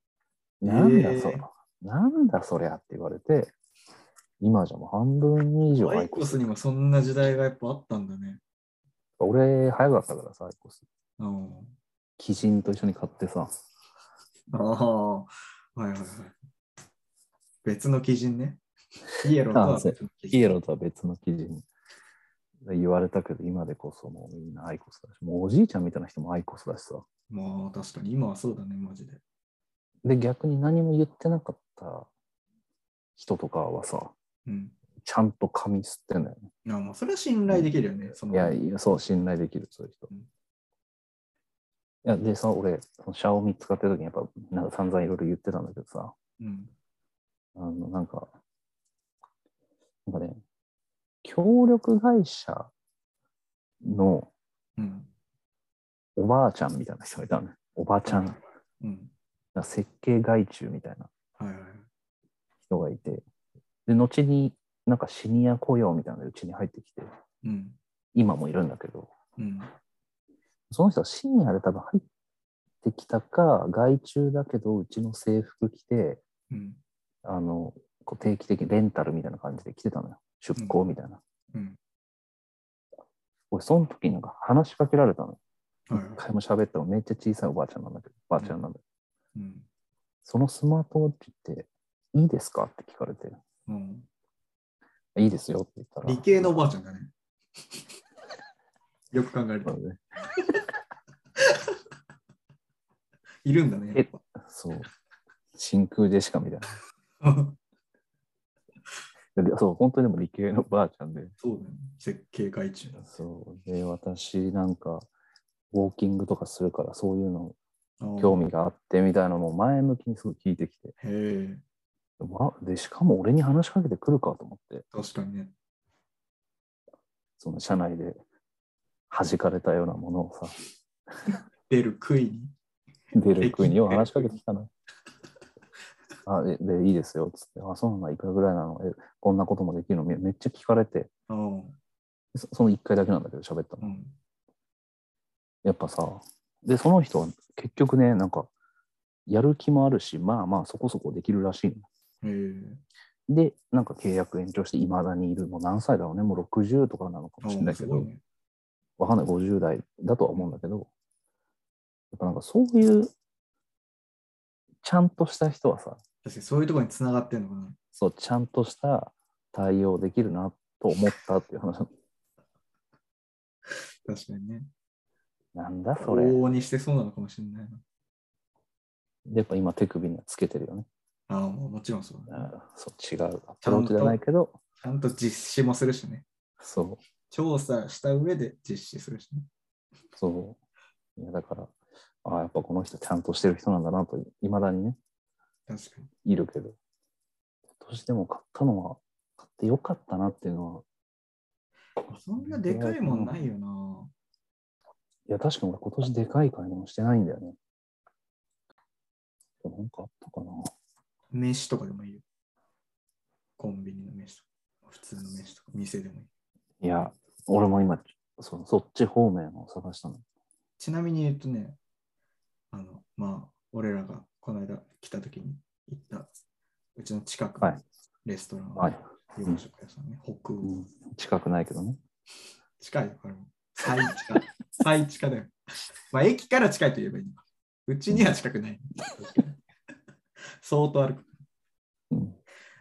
えーなんだそれ、なんだそりゃって言われて、今じゃもう半分以上アアイイココス。スにもそんな時代がやっぱあったんだね。俺、早かったからさ、アイコス。うん鬼人と一緒に買ってさ、ああ、はいはいはい。別の基準ね。ピエロとは別の基ヒ準。エロとは別の記事に言われたけど、今でこそもうみんなアイコスだし、もうおじいちゃんみたいな人もアイコスだしさ。まあ確かに今はそうだね、マジで。で、逆に何も言ってなかった人とかはさ、うん。ちゃんと髪吸ってんだよね。あまあそれは信頼できるよね。そのいや、いやそう、信頼できる、そういう人。うんいや、でさ、俺、そのシャオミ使ってる時にやっぱ、なんか散々いろいろ言ってたんだけどさ、うん。あの、なんか、なんかね、協力会社のうん。おばあちゃんみたいな人がいたのね。おばあちゃん、なんうん。か設計外注みたいなはいはいはい。人がいて、で、後になんかシニア雇用みたいなのでうちに入ってきて、うん。今もいるんだけど、うん。その人はシニアで多分入ってきたか、外注だけど、うちの制服着て、うん。あの、こう定期的にレンタルみたいな感じで来てたのよ。出向みたいな。うん。俺、その時なんか話しかけられたの。はい一はい。回も喋ったのめっちゃ小さいおばあちゃんなんだけど、おばあちゃんなんだけど、うん。そのスマートウォッチっていいですかって聞かれて、うん、いいですよって言ったら。理系のおばあちゃ [LAUGHS] んだね。よく考えるなと。のでいるんだね。やっぱそう。真空ジェシカみたいな。でそう、本当にでも理系のおばあちゃんで。そうだよね。設計外注。そう。で、私なんか、ウォーキングとかするから、そういうの興興味があってみたいなのを前向きにすごい聞いてきて。へえ、わで、しかも俺に話しかけてくるかと思って、確かにね。その社内で弾かれたようなものをさ、出る杭に。出る国によう話しかけてきたの。あでで、いいですよ、つって。あ、そうなんだ、いくらぐらいなのえ、こんなこともできるのめめっちゃ聞かれて、ああ、そその1回だけなんだけど、喋ったうの。ん。やっぱさ、で、その人は結局ね、なんか、やる気もあるし、まあまあそこそこできるらしいへえ、の。で、なんか契約延長して、いまだにいる、もう何歳だろうね、もう60とかなのかもしれあないあ、けすど、ごいね。わかんない、50代だとは思うんだけど、やっぱなんかそういう、ちゃんとした人はさ、確かにそういうところに繋がってんのかな。そう、ちゃんとした対応できるなと思ったっていう話なの確かにね。なんだそれ。往々にしてそうなのかもしれないな。でやっぱ今手首にはつけてるよね。ああ、もうもちろんそうだ、ね。あーそう違うアプローチじゃないけど、ちゃんと実施もするしね。そ調査した上で実施するしね。う、そう。いやだから、ああ、やっぱこの人ちゃんとしてる人なんだなと、いまだにね、確かに。いるけど。今年でも買ったのは、買ってよかったなっていうのは、そんなでかいもんないよな。いや、確かに俺今年でかい買い物してないんだよね。でもなんかあったかな飯とかでもいいよ。コンビニの飯とか、普通の飯とか、店でもいい。いや、俺も今、そのそっち方面を探したの。ちなみに、えっとね、あの、まあ、俺らがこの間来た時に行った、うちの近くはのいレストラン、はい。洋食屋さんね、北欧、うん近くないけどね。近いよ、これも。[LAUGHS] 最近最近だよ。まあ、駅から近いと言えばいいのか。うちには近くない。相当歩く。うん。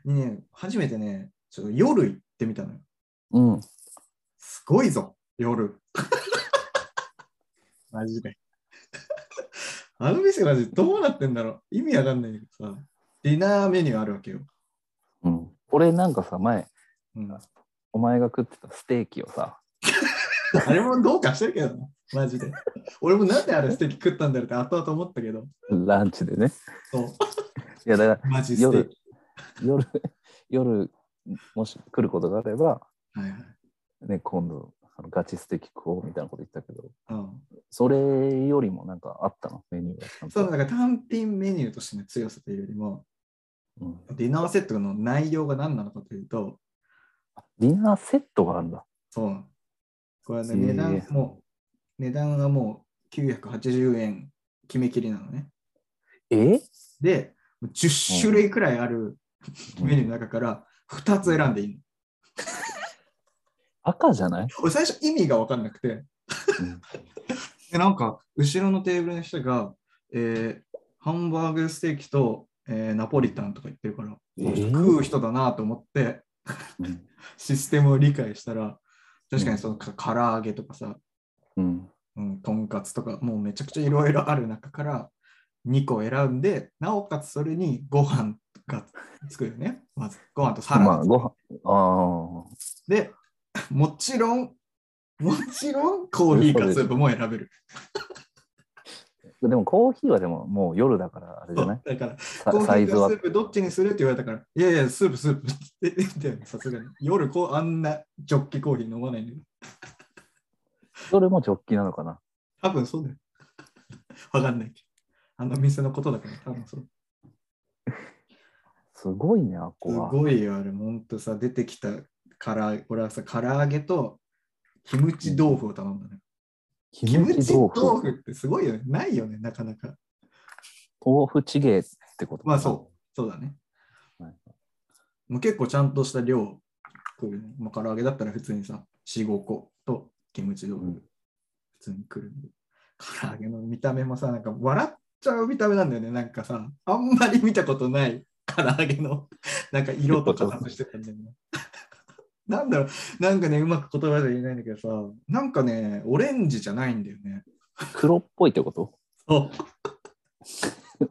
にね、初めてね、ちょっと夜行ってみたのよ。うん。すごいぞ、夜。 [LAUGHS] マジで。あの店マジどうなってんだろう意味わかんないけどさ。ディナーメニューあるわけよ。うん、俺なんかさ、前、うん、お前が食ってたステーキをさ、あれもどうかしてるけどな、マジで。俺もなんであ [LAUGHS] れステーキ食ったんだろうって後々思ったけど。ランチでね。そう、いや、だからマジステー夜キ。、 [LAUGHS] 夜、夜、もし来ることがあれば、はいはい。ね、今度、あのガチステーキ食おうみたいなこと言ったけど、うんそれよりもなんかあったの、メニューがちゃんと。そうだから単品メニューとしての強さというよりも、うんディナーセットの内容が何なのかというと、ディナーセットがあるんだ。そうなの。これね、へえ値段も、値段がもう980円決め切りなのね。えで、10種類くらいあるメニューの中から2つ選んでいいの。赤じゃない、俺最初意味が分かんなくて、うんでなんか後ろのテーブルの人が、えーハンバーグステーキと、えーナポリタンとか言ってるから、えー食う人だなと思って、うんシステムを理解したら、確かにそのか唐揚げとかさ、うんうん、とんかつとか、もうめちゃくちゃいろいろある中から2個選んで、なおかつそれにご飯がつくよね。まずご飯とサラダ。まあ、ご飯。ああ。で、もちろん、もちろんコーヒーかスープも選べる。でもコーヒーはでももう夜だからあれじゃないだから、さコーヒサイーズかはス。ープどっちにするって言われたから、いやいや、スープスープって言ったよね、さすがに。夜こう、あんなジョッキコーヒー飲まないのよ。どれもジョッキなのかな多分そうだよ。わかんないけど。あの店のことだから、多分そう。すごいね、あっこすは。ごいよ、あれ、ほんとさ、出てきたから、俺はさ、唐揚げと、キムチ豆腐を頼んだね。キキムチ豆豆腐腐ってすごいよね。ないよね、なかなか。豆腐チゲってことかまあそう、そうだね。はいもう結構ちゃんとした量来るね。まあ、唐揚げだったら普通にさ、4、5個とキムチ豆腐、うん普通に来るんで。唐揚げの見た目もさ、なんか笑っちゃう見た目なんだよね。なんかさ、あんまり見たことない唐揚げの [LAUGHS] なんか色とか形してたんだよね。 [LAUGHS] なんだろう、なんかね、うまく言葉で言えないんだけどさ、なんかね、オレンジじゃないんだよね。黒っぽいってことそう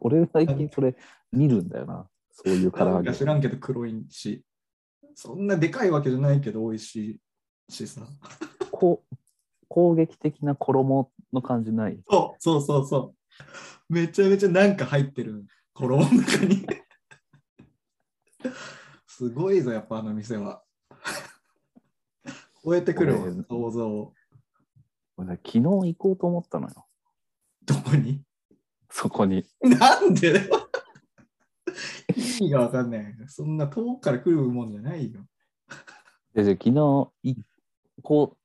[LAUGHS] 俺最近それ見るんだよな。そういう唐な揚んげか。知らんけど黒いし、そんなでかいわけじゃないけど美味しいしさ。こう攻撃的な衣の感じない。そうそうそうそう。めちゃめちゃなんか入ってる、衣の中 [LAUGHS] に。すごいぞ、やっぱあの店は。超えてくるわこれ、想像を。俺昨日行こうと思ったのよ。どこにそこに。なんでだよ意味がわかんない。そんな遠くから来るもんじゃないよ。で、で昨日い、こ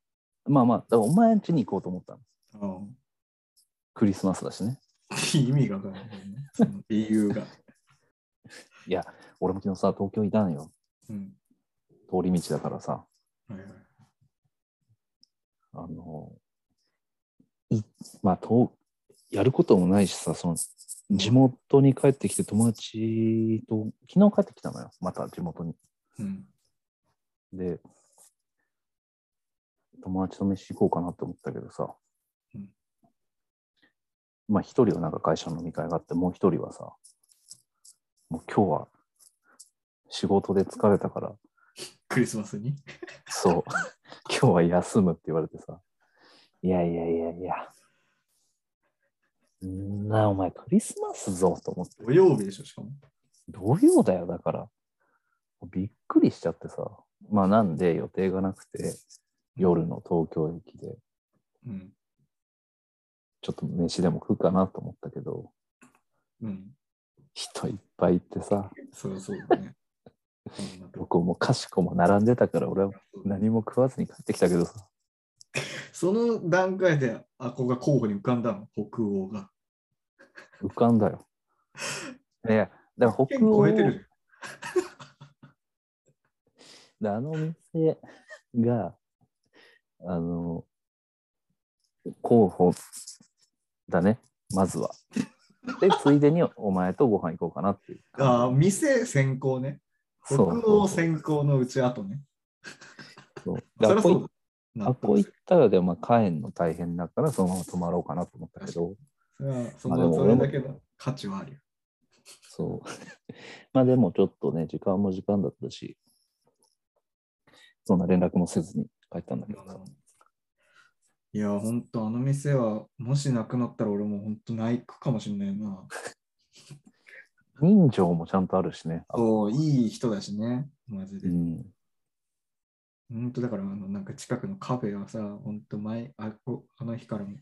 う、まあまあ、だからお前ん家に行こうと思ったの。うんクリスマスだしね。 [LAUGHS] 意味がわかんないよね。その理由が。俺も昨日さ、東京いたのよ。うん。通り道だからさ。はいはいあの、いまあ、とやることもないしさ、その、地元に帰ってきて友達と、昨日帰ってきたのよ、また地元に。うんで、友達と飯行こうかなって思ったけどさ、うんまあ一人はなんか会社の飲み会があって、もう一人はさ、もう今日は仕事で疲れたから、クリスマスに。 [LAUGHS] そう、今日は休むって言われてさ、いやいやいやいや、んな、お前クリスマスぞと思って、土曜日でしょ、しかも。土曜だよ、だから、びっくりしちゃってさ、まあなんで予定がなくて、夜の東京駅で、うん。ちょっと飯でも食うかなと思ったけど、うん。人いっぱいいてさ、そうそうだね。そんなと僕こもかしこも並んでたから、俺は何も食わずに帰ってきたけどさ。その段階で、あ、ここが候補に浮かんだの、北欧が。浮かんだよ。いや、だから北県欧超えてるじゃん。であの店が、あの、候補だね、まずは。で、ついでにお前とご飯行こうかなっていう。ああ、店先行ね。北そう欧先行のうち後ね。そうそり学ゃ校そ行うだ。あなっこ行ったらでもまあ帰んの大変だからそのまま泊まろうかなと思ったけど、それはそまあでのもそれだけの価値はあるよ。そう。 [LAUGHS] まあでもちょっとね、時間も時間だったし、そんな連絡もせずに帰ったんだけどさ。いや、本当あの店は、もしなくなったら俺も本当泣くかもしれないな。人情もちゃんとあるしね。そう、いい人だしね、マジうで。ん。本当だから、あの、なんか近くのカフェはさ、本当毎、あ、こあの日からも、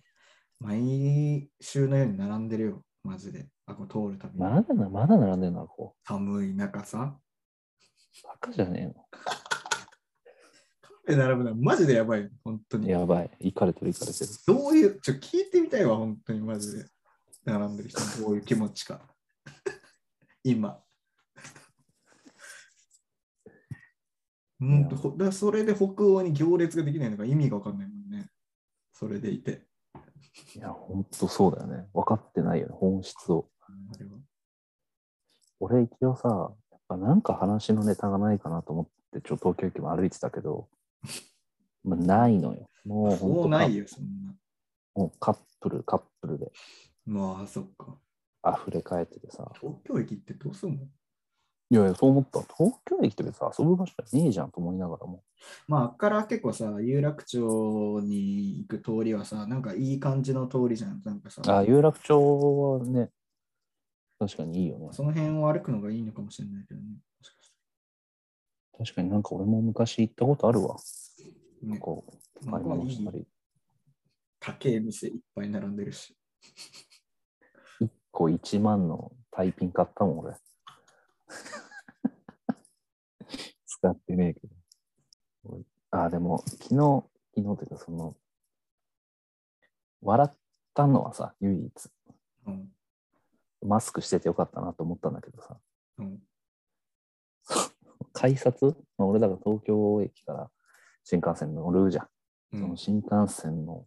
毎週のように並んでるよ、マジで。あ、こう通るたびに。まだな、まだ並んでんな、こ寒い中さ、う。バカじゃねカフェ並ぶのはマジでやばい、本当えに。の。やばい。行かれてる行かれてる。どういう、ちょ、聞いてみたいわ、本当にマジで。並んでる人、どういう気持ちか。 [LAUGHS] 今。本当、ほだからそれで北欧に行列ができないのが意味がわかんないもんね。それでいて。いや、ほんとそうだよね。分かってないよね、本質を。あれは俺一応さ、やっぱなんか話のネタがないかなと思って、ちょっと東京駅も歩いてたけど、まあ、ないのよ。もうもほうんとカないよ、そんな。もうカップル、カップルでまあ、そっか。溢れ返っててさ。東京駅ってどうすんのいやいや、そう思った。東京駅って別に遊ぶ場所じゃねえじゃんと思いながらも。まあ、あっから結構さ、有楽町に行く通りはさ、なんかいい感じの通りじゃん。なんかさ、あ、有楽町はね、確かにいいよね。その辺を歩くのがいいのかもしれないけどね。もしかし確かになんか俺も昔行ったことあるわ。てなねんかこう、な買んいか物いしいたり。高い店いっぱい並んでるし。 1個1万のタイピン買ったもん、俺。 [LAUGHS] 使ってねえけど。あ、でも、昨日、昨日というか、その、笑ったのはさ、唯一、うん。マスクしててよかったなと思ったんだけどさ、うん。改札、まあ、俺だから東京駅から新幹線乗るじゃん。うそんの新幹線の、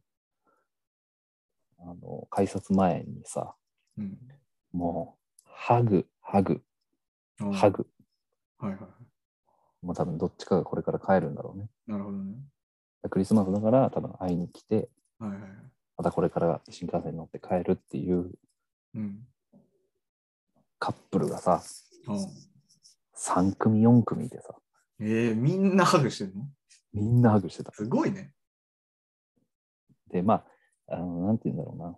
あの、改札前にさ、うん。もう、ハグ、ハグ、うんハグ。はいはいはい。もう多分どっちかがこれから帰るんだろうね。なるほどね。クリスマスだから多分会いに来て、はいはいはい。またこれから新幹線に乗って帰るっていううん。カップルがさ、うん3組4組いてさ、えー、みんなハグしてるのみんなハグしてた。すごいね。で、まあ、あのなんて言うんだろうな。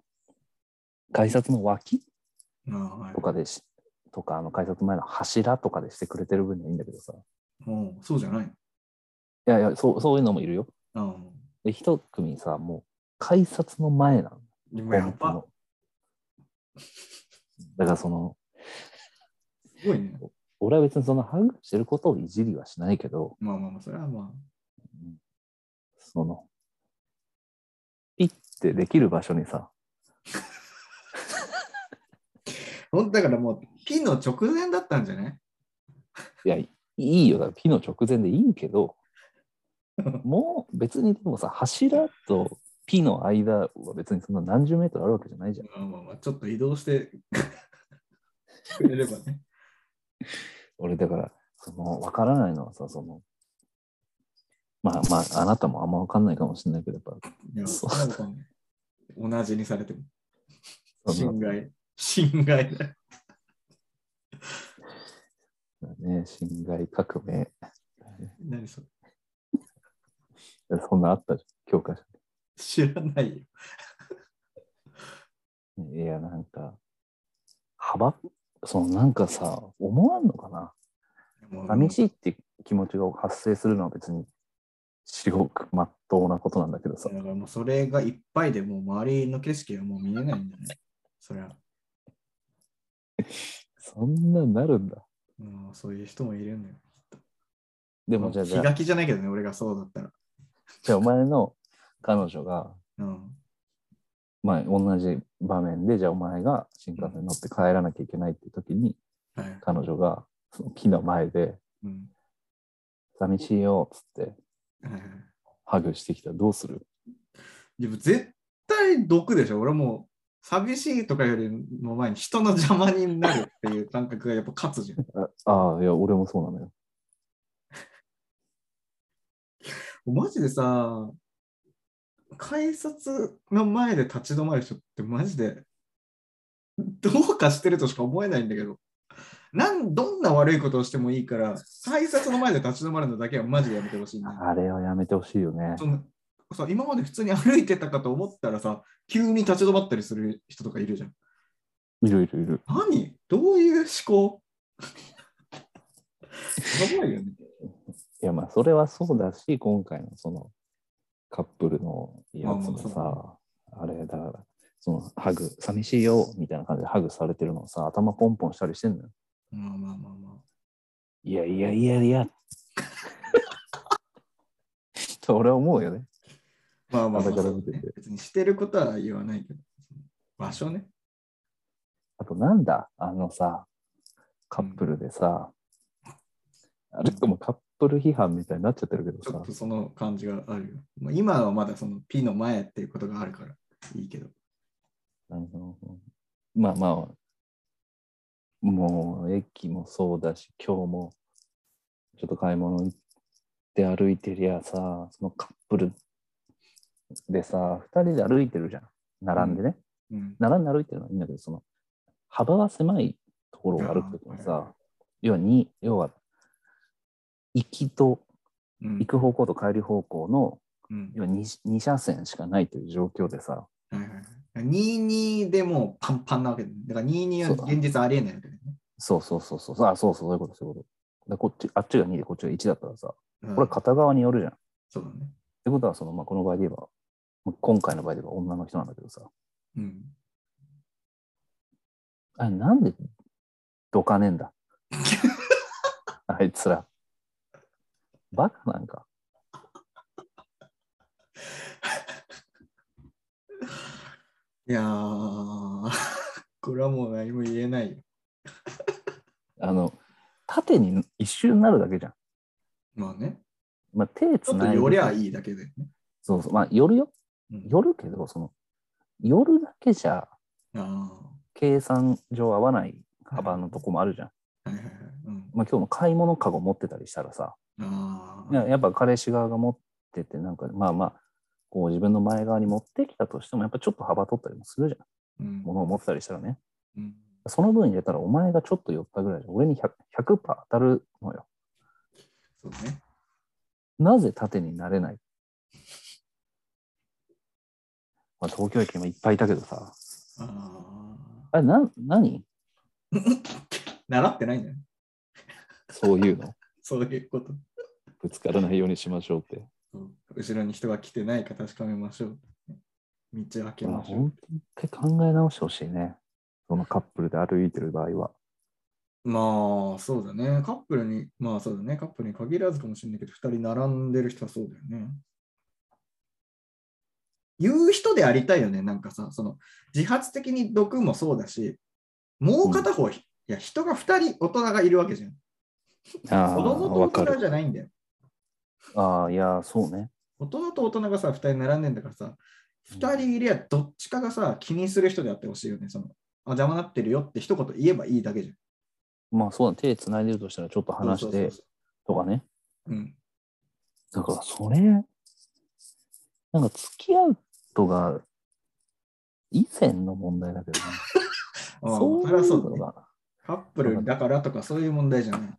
改札の脇ああ、はいと。かでし、とか、あの改札前の柱とかでしてくれてる分にはいいんだけどさ。もうそうじゃないいやいや、そうそういうのもいるよ。の。で、1組さ、もう改札の前なの。うん。でもやっぱ、本当のだからその、すごいね。俺は別にそのハグしてることをいじりはしないけど、まあまあまあ、それはまうんその、ピッてできる場所にさ、あ。ほんだからもう、ピンの直前だったんじゃないいや、いいよ、だからピの直前でいいけど、もう別にでもさ、柱とピの間は別にそんな何十メートルあるわけじゃないじゃん。まあまあまあ、ちょっと移動して [LAUGHS] くれればね。俺だから、その、わからないのはさ、その、まあまあ、あなたもあんまわかんないかもしれないけど、やっぱ、いや、そうなんかね同じにされても。その侵害。侵害だよ。ね、侵害革命、何それそんなあったじゃん、教科書知らないよ。いや、なんか、幅そのなんかさ、思わんのかな寂いしいって気持ちが発生するのは別に、至極まっとうなことなんだけどさだ、からもうそれがいっぱいでもう周りの景色はもう見えないんだね。そりゃ、そんなんなるんだ。もうそういう人もいるんだよ。きっとでもじゃあ、気じゃあが気じゃないけどね、俺がそうだったら。じゃあお前の彼女が、うん。まあ、同じ場面で、じゃあお前が新幹線に乗って帰らなきゃいけないって時に、はい。彼女がその木の前で、うん。寂しいよっつってはいはい。ハグしてきたらどうするでも絶対毒でしょ。俺もう寂しいとかよりも前に人の邪魔になるっていう感覚がやっぱ勝つじゃん。 [LAUGHS] ああ、いや、俺もそうなのよ。マジでさ、改札の前で立ち止まる人ってマジでどうかしてるとしか思えないんだけど、なんどんな悪いことをしてもいいから、改札の前で立ち止まるのだけはマジでやめてほしいね。あれはやめてほしいよね。そのさ今まで普通に歩いてたかと思ったらさ、急に立ち止まったりする人とかいるじゃん。いるいるいる。何どういう思考やばいよね。いや、まあ、それはそうだし、今回のそのカップルのやつもまあさ、あれだから、そのハグ、寂しいよみたいな感じでハグされてるのをさ、頭ポンポンしたりしてんのよ。まあまあまあまあ。いやいやいやい [LAUGHS] や。と俺は思うよね。まあまあまあ、傍からそう見ててね別にしてることは言わないけど、場所ね。あとなんだあのさ、カップルでさ、あれともカップル批判みたいになっちゃってるけどちょさっと、その感じがあるよ。まあ、今はまだその P の前っていうことがあるからいいけど。あのまあまあ、もう駅もそうだし、今日もちょっと買い物行って歩いてりゃさ、そのカップルでさ、2人で歩いてるじゃん。並んでね。うん。並んで歩いてるのはいいんだけど、その幅が狭いところを歩くときにさ、要はに、要は、行きと、うん行く方向と帰る方向の、うん要は 2, 二車線しかないという状況でさ、はいはいはい、22でもうパンパンなわけだ、ね。だから22は現実ありえないわけだよね。そうそうそうそう、あ、そうそう、そういうこと、そういうこと。でこっち、あっちが2で、こっちが1だったらさ、うんこれ片側によるじゃん。っそうだね。てことは、その、まあ、この場合で言えば、まあ今回の場合で言えば女の人なんだけどさ、うん。あれなんでどかねえん [LAUGHS] だあいつら。バカなんか。いやー、 [LAUGHS] これはもう何も言えないよ。あの、縦に一周になるだけじゃん。まあね。まあ、手ちょつっとないで。寄りゃいいだけでね。そうそう。まあ、寄るよ。うん寄るけど、その、寄るだけじゃ、あ計算上合わない幅のとこもあるじゃん。あ。はいはいはい。うん。まあ、今日の買い物かご持ってたりしたらさ、あいあ。ややっぱ彼氏側が持ってて、なんかまあまあ、こう自分の前側に持ってきたとしても、やっぱちょっと幅取ったりもするじゃん。うん物を持ってたりしたらね。うんその分入れたら、お前がちょっと寄ったぐらいじゃ、俺に 100%, 100%当たるのよ。そうね。なぜ縦になれないまあ、東京駅もいっぱいいたけどさ、ああ。あれ、な、何習ってないんだよ。そういうの。 [LAUGHS] そういうこと。ぶつからないようにしましょうって。そう後ろに人が来てないか確かめましょう。道を開けまあ、ましょ本当に一回考え直してほしいね。そのカップルで歩いてる場合は。う。まあ、そうだね。カップルに、まあそうだね。カップルに限らずかもしれないけど、2人並んでる人はそうだよね。言う人でありたいよね。なんかさ、その自発的に毒もそうだし、もう片方、いや、人が2人、大人がいるわけじゃん。ああ、子わ供とか大人る。じゃないんだよ。ああ、いや、そうね。大人と大人がさ、2人並んでんだからさ、2人いりゃどっちかがさ、気にする人であってほしいよね。そのあ邪魔なってるよって一言言えばいいだけじまあそうだ、手つないでるとしたらちょっとゃん。話そしうそうてそうそとかね。ううん。だからそれ、なんか付き合うとが以前の問題だけどね。ああそうそいれはそううだのね。が。カップルだからとかそういう問題じゃない。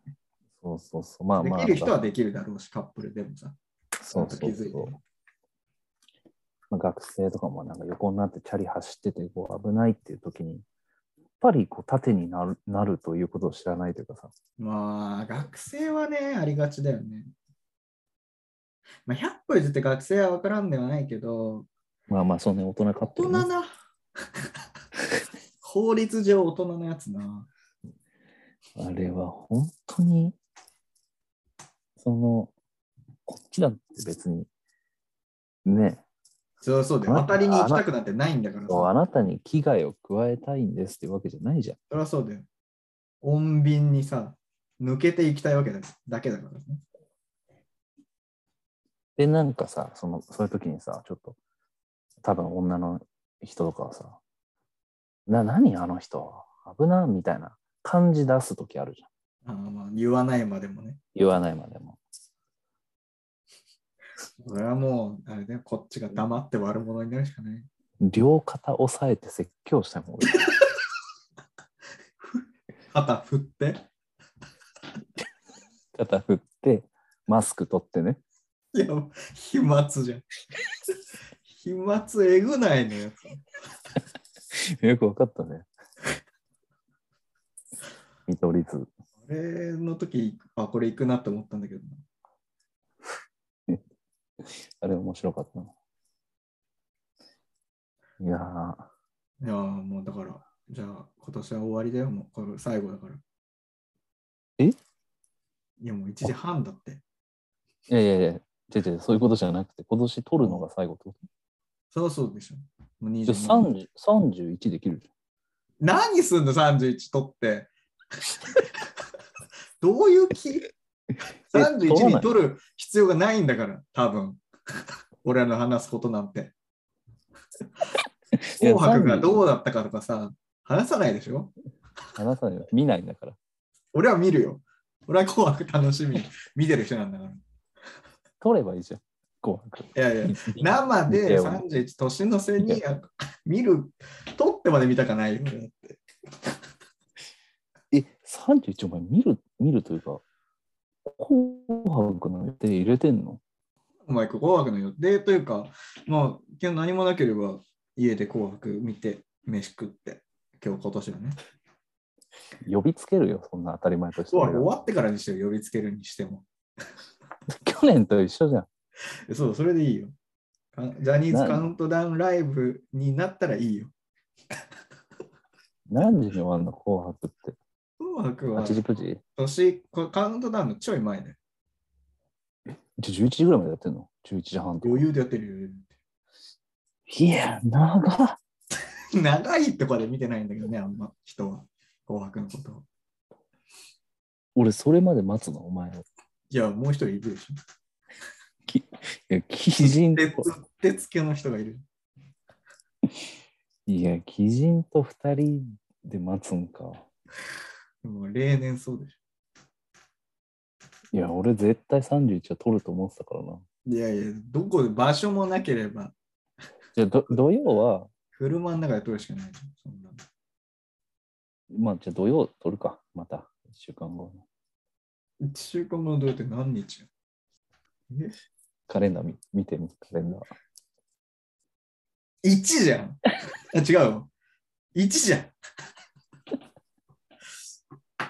そうそうそう。まあでまあ。きる人はできるだろうし、カップルでもさ。そうちゃそんうと気づいてそねう。まあ、学生とかもなんか横になってチャリ走っててこう危ないっていう時に、やっぱりこう縦になるなるということを知らないというかさ。まあ、学生はね、ありがちだよね。まあ、100歩譲って学生は分からんではないけど、まあまあそうね、大人カッ大プル、人ね。な、 [LAUGHS] 法律上大人のやつな。あれは本当にその、こっちだって別に、ね、そうそうで、あな当たりに行きたくなんてないんだからそうあさ。なたに危害を加えたいんですってわけじゃないじゃん。そりゃそうだよ。穏便にさ、抜けていきたいわけだだけだからね。で、なんかさ、その、そういう時にさ、ちょっと、多分女の人とかはさ、な、何あの人、危な、みたいな感じ出す時あるじゃん。あーまあ言わないまでもね。言わないまでも。それはもう、あれだよ、こっちが黙って悪者になるしかない。両肩押さえて説教したいもん。 [LAUGHS] 俺肩振って。肩振って、マスク取ってね。いや、飛沫じゃん。飛沫えぐないのよ。よくわかったね。見取り図。あれの時、あ、これ行くなって思ったんだけどな。あれ面白かったな。いやー、いやーもうだから、じゃあ今年は終わりだよ、もうこれ最後だから。えいやもう1時半だって。いやいやいや、違う違う、そういうことじゃなくて、今年取るのが最後ってこそうそうでしょ。もうと。じゃ20あ30 31できるじ何すんの ?31 取って。 [LAUGHS] どういう [LAUGHS] 気 ?31 に取る必要がないんだから、多分。 [LAUGHS] 俺らの話すことなんて。 [LAUGHS] いや紅白が31どうだったかとかさ、話さないでしょゃん。話さないよ。見ないんだから。俺は見るよ。俺は紅白 [LAUGHS] 楽しみに見てる人なんだから。い取ればいいじゃん。紅白。やいや、生で見ては31年の瀬にあ見る、撮ってまで見たかないよ。俺え、31お前見る、見るというか、紅白の予定入れてんのお前、紅白の予定というか、まあ、今日何もなければ家で紅白見て、飯食って、今日今年はね。呼びつけるよ、そんな当たり前として。紅白終わってからにしてよ、呼びつけるにしても。去年と一緒じゃん。そう、それでいいよ。あジャニーズカウントダウンライブになったらいいよ。何時に終わるの、紅白って。紅白は8時、9時年、こカウントダウンのちょい前だよ。じゃあ11時ぐらいまでやってんの ?11 時半とか。余裕でやってるよ余裕で。いや、長っ長いとかで見てないんだけどね、あんま人は、紅白のことを。俺、それまで待つの、お前を。いや、もう一人いるでしょ。いや、鬼人鉄と、鉄系の人がいる。いや、鬼人と二人で待つんか。もう例年そうでしいや、俺絶対31は取ると思ってたからな。ょ。いやいや、どこで場所もなければ、じゃあ、ど土曜は、車の中で撮るしかないじゃん。そんなのまあ、じゃあ土曜取るか、また、一週間後の一週間後のどうやって何日よカレンダー見見てみ、カレンダー。 ?1 じゃん。あ違うよ。1じゃん。1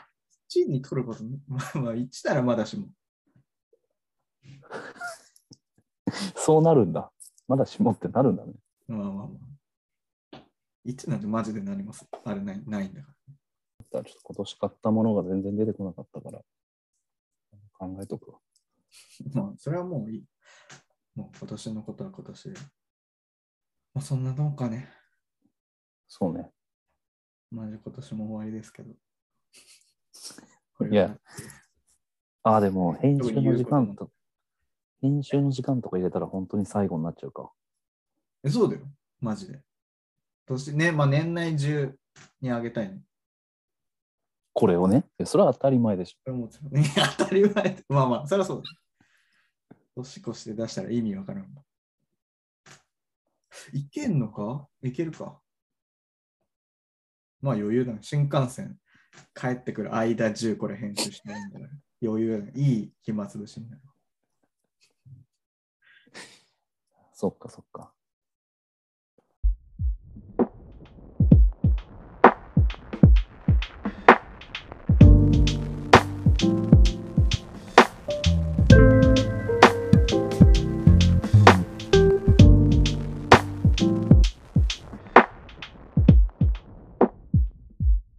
に撮ること、まあまあ1ならまだしも。そうなるんだ。まだしもってなるんだね。まあまあまあ。1なんてマジでなります。あれないないんだから。ちょっと今年買ったものが全然出てこなかったから、考えとくわ。まあ、それはもういい。もう今年のことは今年で。まあ、そんなもんかね。そうね。まあ、じゃあ今年も終わりですけ [LAUGHS] ど。いやああ、でも、編集の時特に言う間、こと編集の時間とか入れたら本当に最後になっちゃうか。えそうだよ。マジで。年ね、まあ、年内中にあげたいね。これをね。いやそれは当たり前でしょ。それはもちろんね [LAUGHS] 当たり前で。まあまあ、そりゃそうだ。年越して出したら意味わからん。いけんのかいけるか。まあ余裕だな。新幹線帰ってくる間中これ編集しないんだから。余裕だな。いい暇つぶしになる。そっかそっか。